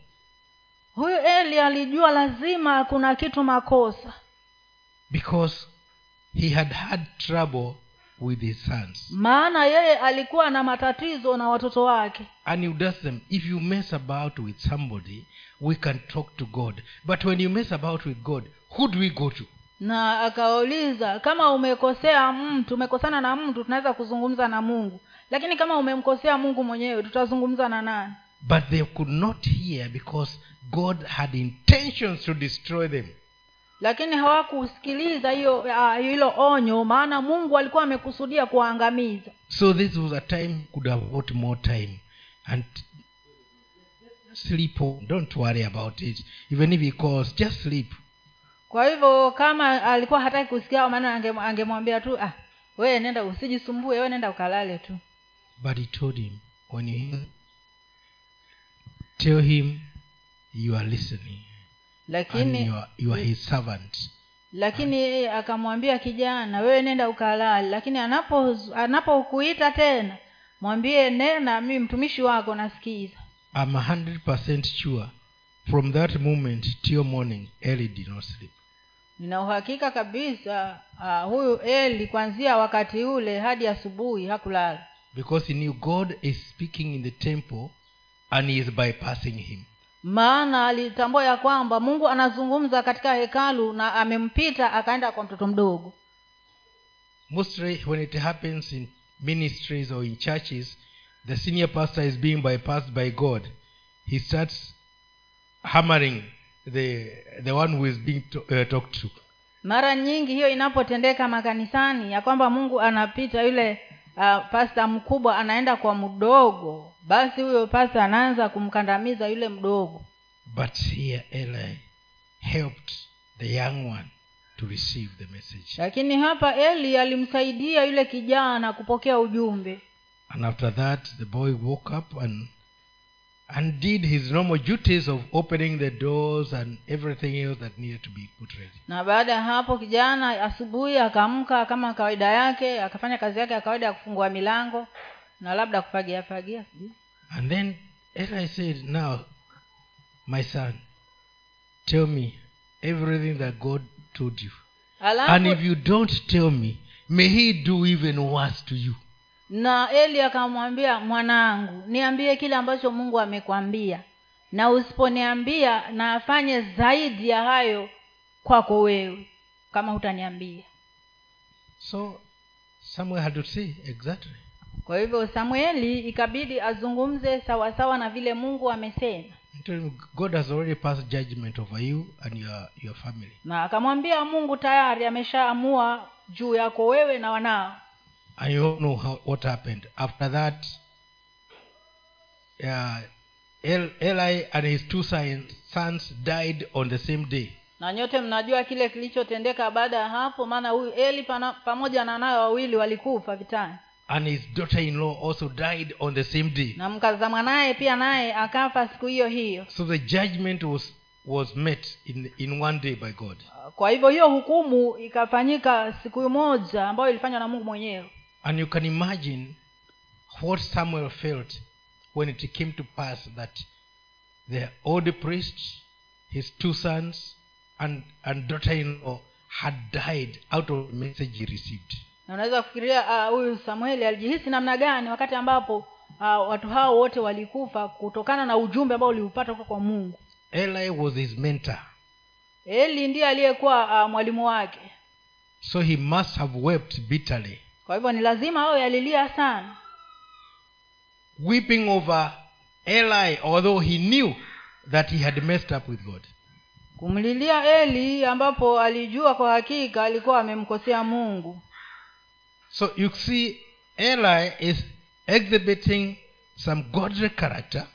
huyu eli alijua lazima kuna kitu makosa because he had had trouble with his sons. maana yeye alikuwa na matatizo na watoto wake And he does them, if you mess about with somebody, we can talk to God. But when you mess about with God, who do we go to? na akawauliza kama umekosea mtu umekosana na mtu tunaweza kuzungumza na mungu lakini kama umemkosea mungu mwenyewe tutazungumza na nani But they could not hear because God had intentions to destroy them. lakini hawakusikiliza hiyo ah, hilo onyo maana mungu alikuwa amekusudia kuwaangamiza So this was a time could have bought more time and sleep. Oh, don't worry about it. Even if he calls, just sleep. kwa hivyo kama alikuwa hataki kusikia maneno ange- angemwambia tu ah wewe nenda usijisumbue wewe nenda ukalale tu But he told him, when you tell him you are listening and lakini you are, you are his servant. lakini yeye akamwambia kijana wewe nenda ukalale lakini anapo anapokuita tena mwambie nena mimi mtumishi wako nasikiza I'm a hundred percent sure from that moment till morning Ellie did not sleep. nina uhakika kabisa uh, huyu eli kuanzia wakati ule hadi asubuhi hakulala Because he knew God is speaking in the temple and he is bypassing him. maana alitambua ya kwamba mungu anazungumza katika hekalu na amempita akaenda kwa mtoto mdogo Mostly when it happens in ministries or in churches, the senior pastor is being bypassed by God. He starts hammering the the one who is being to, uh, talked to. mara nyingi hiyo inapotendeka makanisani ya kwamba mungu anapita yule uh, pasta mkubwa anaenda kwa mdogo basi huyo pasta anaanza kumkandamiza yule mdogo But here Eli helped the young one to receive the message. lakini hapa eli alimsaidia yule kijana kupokea ujumbe And after that, the boy woke up and and did his normal duties of opening the doors and everything else that needed to be put ready. na baada ya hapo kijana asubuhi akaamka kama kawaida yake akafanya kazi yake ya kawaida ya kufungua milango na labda kufagia fagia sijui And then Eli said, Now, my son, tell me everything that God told you. And if alafu you don't tell me, may he do even worse to you. na eli akamwambia mwanangu niambie kile ambacho mungu amekwambia na usiponiambia na afanye zaidi ya hayo kwako wewe kama hutaniambia So Samuel had to say, Exactly. kwa hivyo samueli ikabidi azungumze sawasawa na vile mungu amesema And tell him, God has already passed judgment over you and your, your family. na akamwambia mungu tayari ameshaamua juu yako wewe na wanao And you all know how, what happened. After that, uh, El, Eli and his two son- sons died on the same day. na nyote mnajua kile kilichotendeka baada ya hapo maana huyu eli pana, pamoja na nayo wawili walikufa vitani And his daughter in law also died on the same day. na mkaza mwanaye pia naye akafa siku hiyo hiyo So the judgment was, was met in, in one day by God. kwa hivyo hiyo hukumu ikafanyika siku moja ambayo ilifanywa na mungu mwenyewe And you can imagine what Samuel felt when it came to pass that the old priest, his two sons, and, and daughter in law had died out of the message he received. na unaweza kufikiria ah, huyu samueli alijihisi namna gani wakati ambapo ah, watu hao wote walikufa kutokana na ujumbe ambao uliupata kutoka kwa mungu Eli was his mentor, eli ndiye aliyekuwa ah, mwalimu wake so he must have wept bitterly, kwa hivyo ni lazima awe alilia sana weeping over Eli, although he knew that he had messed up with God. kumlilia eli ambapo alijua kwa hakika alikuwa amemkosea mungu So you see, Eli is exhibiting some godly character,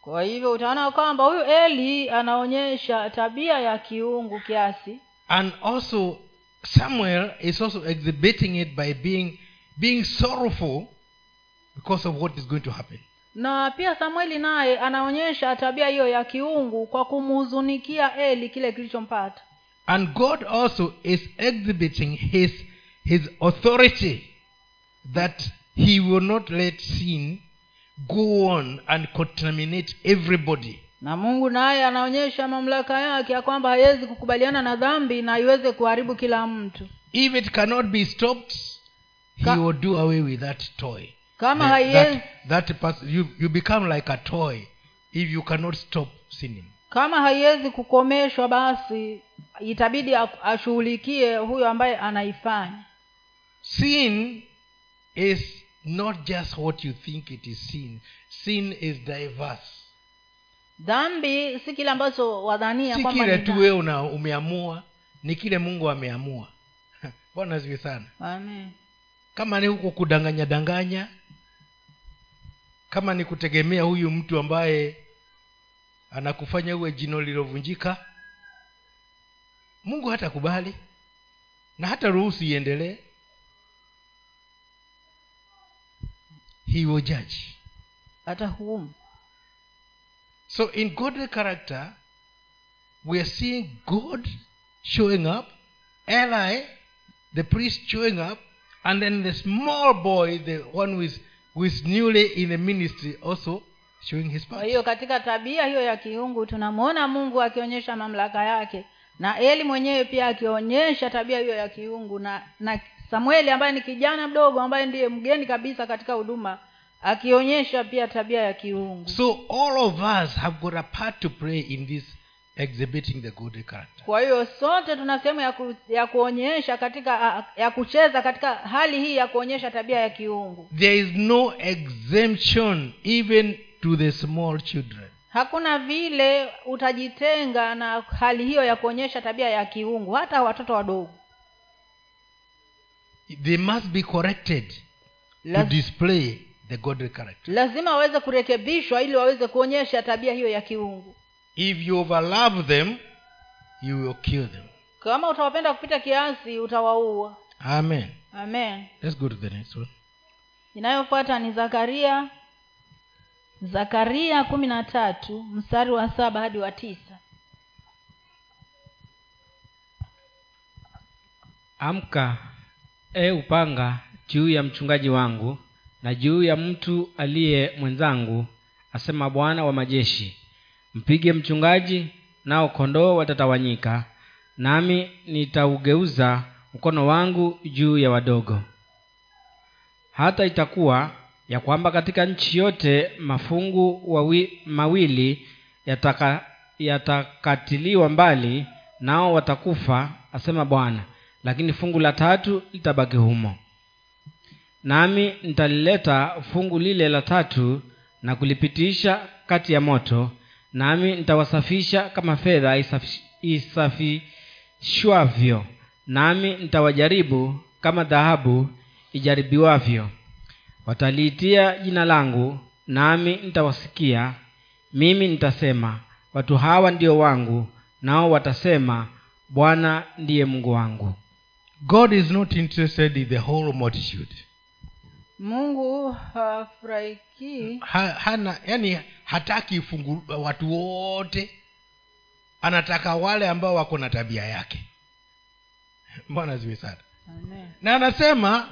kwa hivyo utaona kwamba huyu eli anaonyesha tabia ya kiungu kiasi and also Samuel is also exhibiting it by being being sorrowful because of what is going to happen. na pia samueli naye anaonyesha tabia hiyo ya kiungu kwa kumhuzunikia eli kile kilichompata And God also is exhibiting his his authority that he will not let sin go on and contaminate everybody. na mungu naye anaonyesha mamlaka yake ya kwamba haiwezi kukubaliana na dhambi na iweze kuharibu kila mtu If it cannot be stopped, he Ka- will do away with that toy. kama The- haiwezi Eh, that, that person, you, you become like a toy if you cannot stop sinning. kama haiwezi kukomeshwa basi itabidi a- ashughulikie huyo ambaye anaifanya Sin is not just what you think it is sin. Sin is diverse. dhambi si kile ambacho wadhania si kwamba kile ni tu dhambi. wewe una- umeamua ni kile mungu ameamua bwana ziwe sana Amen. kama ni huku kudanganya danganya kama ni kutegemea huyu mtu ambaye anakufanya uwe jino lilovunjika mungu hatakubali na hata ruhusu iendelee he will judge atahukumu so in godly character we are seeing god showing up eli the priest showing up and then the small boy the one who is, who is newly in the ministry also showing his kwa part hiyo katika tabia hiyo ya kiungu tunamwona mungu akionyesha mamlaka yake na eli mwenyewe pia akionyesha tabia hiyo ya kiungu na na samueli ambaye ni kijana mdogo ambaye ndiye mgeni kabisa katika huduma akionyesha pia tabia ya kiungu So all of us have got a part to play in this exhibiting the godly character. kwa hiyo sote tuna sehemu ya, ku, ya kuonyesha katika ya kucheza katika hali hii ya kuonyesha tabia ya kiungu There is no exemption even to the small children. hakuna vile utajitenga na hali hiyo ya kuonyesha tabia ya kiungu hata watoto wadogo They must be corrected to Laz- display the godly character. lazima waweze kurekebishwa ili waweze kuonyesha tabia hiyo ya kiungu If you overlove them, you will kill them. kama utawapenda kupita kiasi utawaua Amen. amen Let's go to the next one. inayofuata ni zakaria zakaria kumi na tatu mstari wa saba hadi wa tisa amka e upanga juu ya mchungaji wangu na juu ya mtu aliye mwenzangu asema bwana wa majeshi mpige mchungaji nao kondoo watatawanyika nami nitaugeuza mkono wangu juu ya wadogo hata itakuwa ya kwamba katika nchi yote mafungu wawi, mawili yataka- yatakatiliwa mbali nao watakufa asema bwana lakini fungu la tatu litabaki humo nami nitalileta fungu lile la tatu na kulipitisha kati ya moto nami nitawasafisha kama fedha isafi- isafishwavyo nami nitawajaribu kama dhahabu ijaribiwavyo wataliitia jina langu nami nitawasikia mimi nitasema watu hawa ndio wangu nao watasema bwana ndiye mungu wangu God is not interested in the whole multitude. mungu hafurahikii Ha, hana, yani hataki fungu, watu wote anataka wale ambao wako na tabia yake mbona ziwe sana Amen. na anasema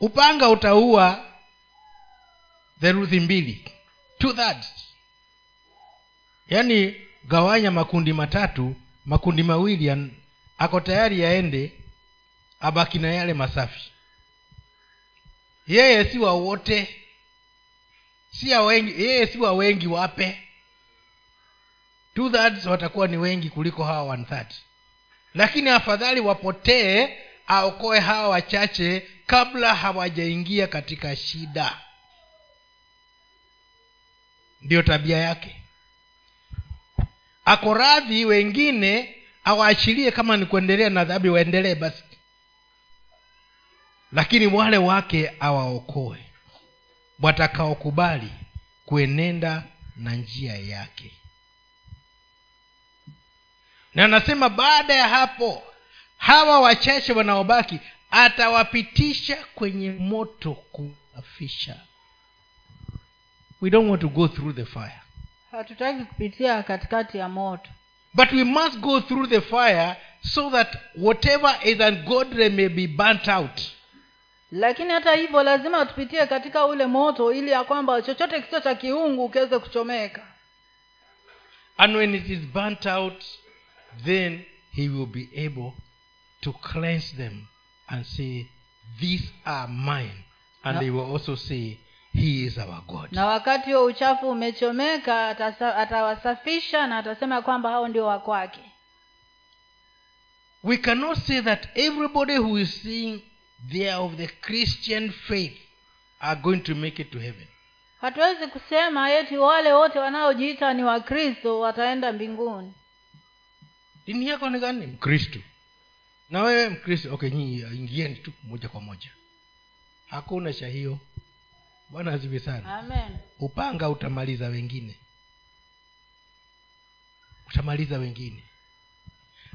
upanga utaua theluthi mbili two thirds yaani gawanya makundi matatu makundi mawili yan- ako tayari yaende abaki na yale masafi yeye si wa wote si ya wengi yeye si wa wengi wape two thirds watakuwa ni wengi kuliko hawa one third lakini afadhali wapotee aokoe hawa wachache kabla hawajaingia katika shida ndiyo tabia yake ako radhi wengine awaachilie kama ni kuendelea na dhambi waendelee basi lakini wale wake awaokoe watakaokubali kuenenda na njia yake na anasema baada ya hapo hawa wachache wanaobaki atawapitisha kwenye moto kuwafisha we don't want to go through the fire hatutaki kupitia katikati ya moto but we must go through the fire so that whatever is ungodly may be burnt out lakini hata hivyo lazima tupitie katika ule moto ili ya kwamba chochote kisicho cha kiungu kiweze kuchomeka and when it is burnt out then he will be able to cleanse them and say these are mine and No. they will also say he is our god na wakati huo uchafu umechomeka atasa- atawasafisha na atasema kwamba hao ndio wakwake we cannot say that everybody who is saying they are of the christian faith are going to make it to heaven hatuwezi kusema eti wale wote wanaojiita ni wakristo wataenda mbinguni dini yako ni gani mkristo na wewe mkristo okay nyinyi ingieni tu moja kwa moja hakuna cha hiyo bwana aziwe sana amen upanga utamaliza wengine utamaliza wengine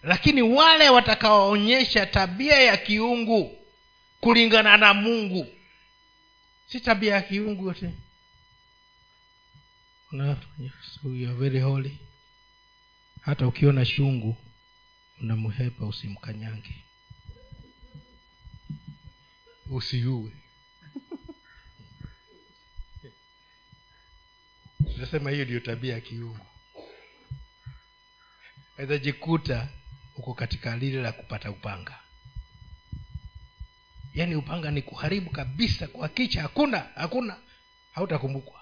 lakini wale watakaoonyesha tabia ya kiungu kulingana na mungu si tabia ya kiungu yote Una- so you are very holy hata ukiona shungu unamhepa usimkanyange usiue nasema hiyo ndiyo tabia ya kiungu wezajikuta uko katika lile la kupata upanga yaani upanga ni kuharibu kabisa kuhakicha hakuna hakuna hautakumbukwa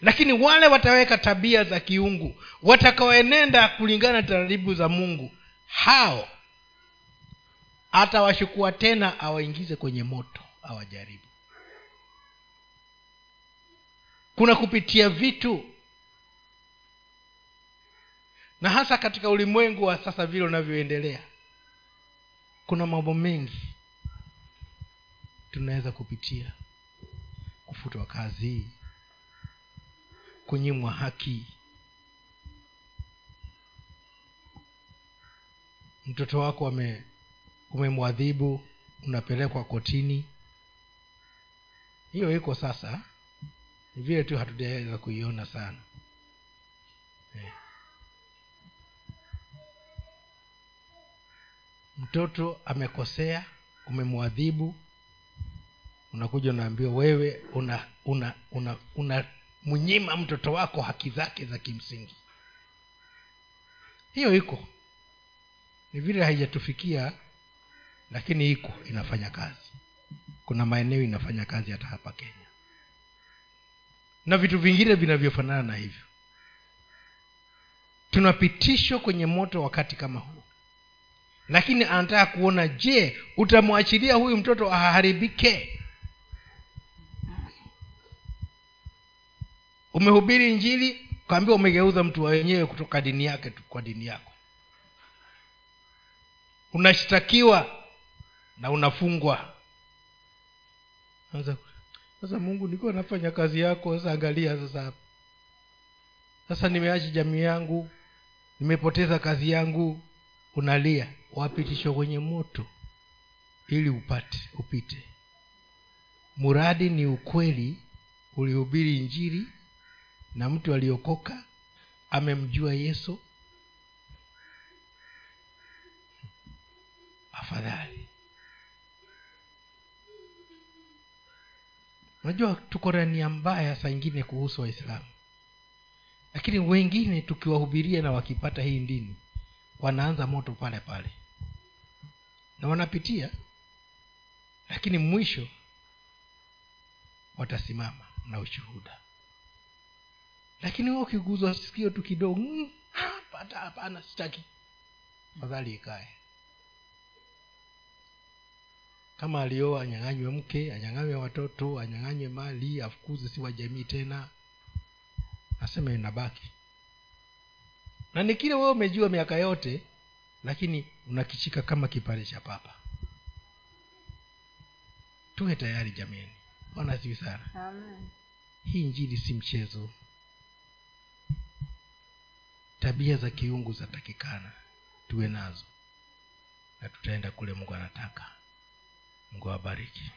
lakini wale wataweka tabia za kiungu watakaoenenda kulingana na taratibu za mungu hao atawashukua tena awaingize kwenye moto awajaribu kuna kupitia vitu na hasa katika ulimwengu wa sasa vile unavyoendelea kuna mambo mengi tunaweza kupitia kufutwa kazi kunyimwa haki mtoto wako ame umemwadhibu unapelekwa kotini hiyo iko sasa ni vile tu hatujaweza kuiona sana eh. mtoto amekosea umemwadhibu unakuja unaambiwa wewe una una una unamnyima mtoto wako haki zake za kimsingi hiyo iko ni vile haijatufikia lakini iko inafanya kazi kuna maeneo inafanya kazi hata hapa kenya na vitu vingine vinavyofanana na hivyo tunapitishwa kwenye moto wakati kama huu lakini anataka kuona je utamwachilia huyu mtoto aharibike umehubiri njili kaambia umegeuza mtu wa wenyewe kutoka dini yake tu kwa dini yako unashtakiwa na unafungwa Anza ku- sasa mungu nilikuwa nafanya kazi yako sasa angalia sasa hapa sasa nimeacha jamii yangu nimepoteza kazi yangu unalia wapitishwa kwenye moto ili upate upite muradi ni ukweli ulihubiri injili na mtu aliokoka amemjua yesu afadhali unajua tuko na nia mbaya saa ingine kuhusu waislamu lakini wengine tukiwahubiria na wakipata hii dini wanaanza moto pale pale na wanapitia lakini mwisho watasimama na ushuhuda lakini wewe ukiguzwa sikio tu kidogo "Mm, hapana hapana sitaki afadhali ikae kama alioa anyang'anywe mke anyang'anywe watoto anyang'anywe mali afukuze si wa jamii tena aseme inabaki na ni kile wewe umejua miaka yote lakini unakichika kama kipande cha papa tuwe tayari jamani bwana siwi sana Amen. hii njili si mchezo tabia za kiungu zatakikana tuwe nazo na tutaenda kule mungu anataka mungu awabariki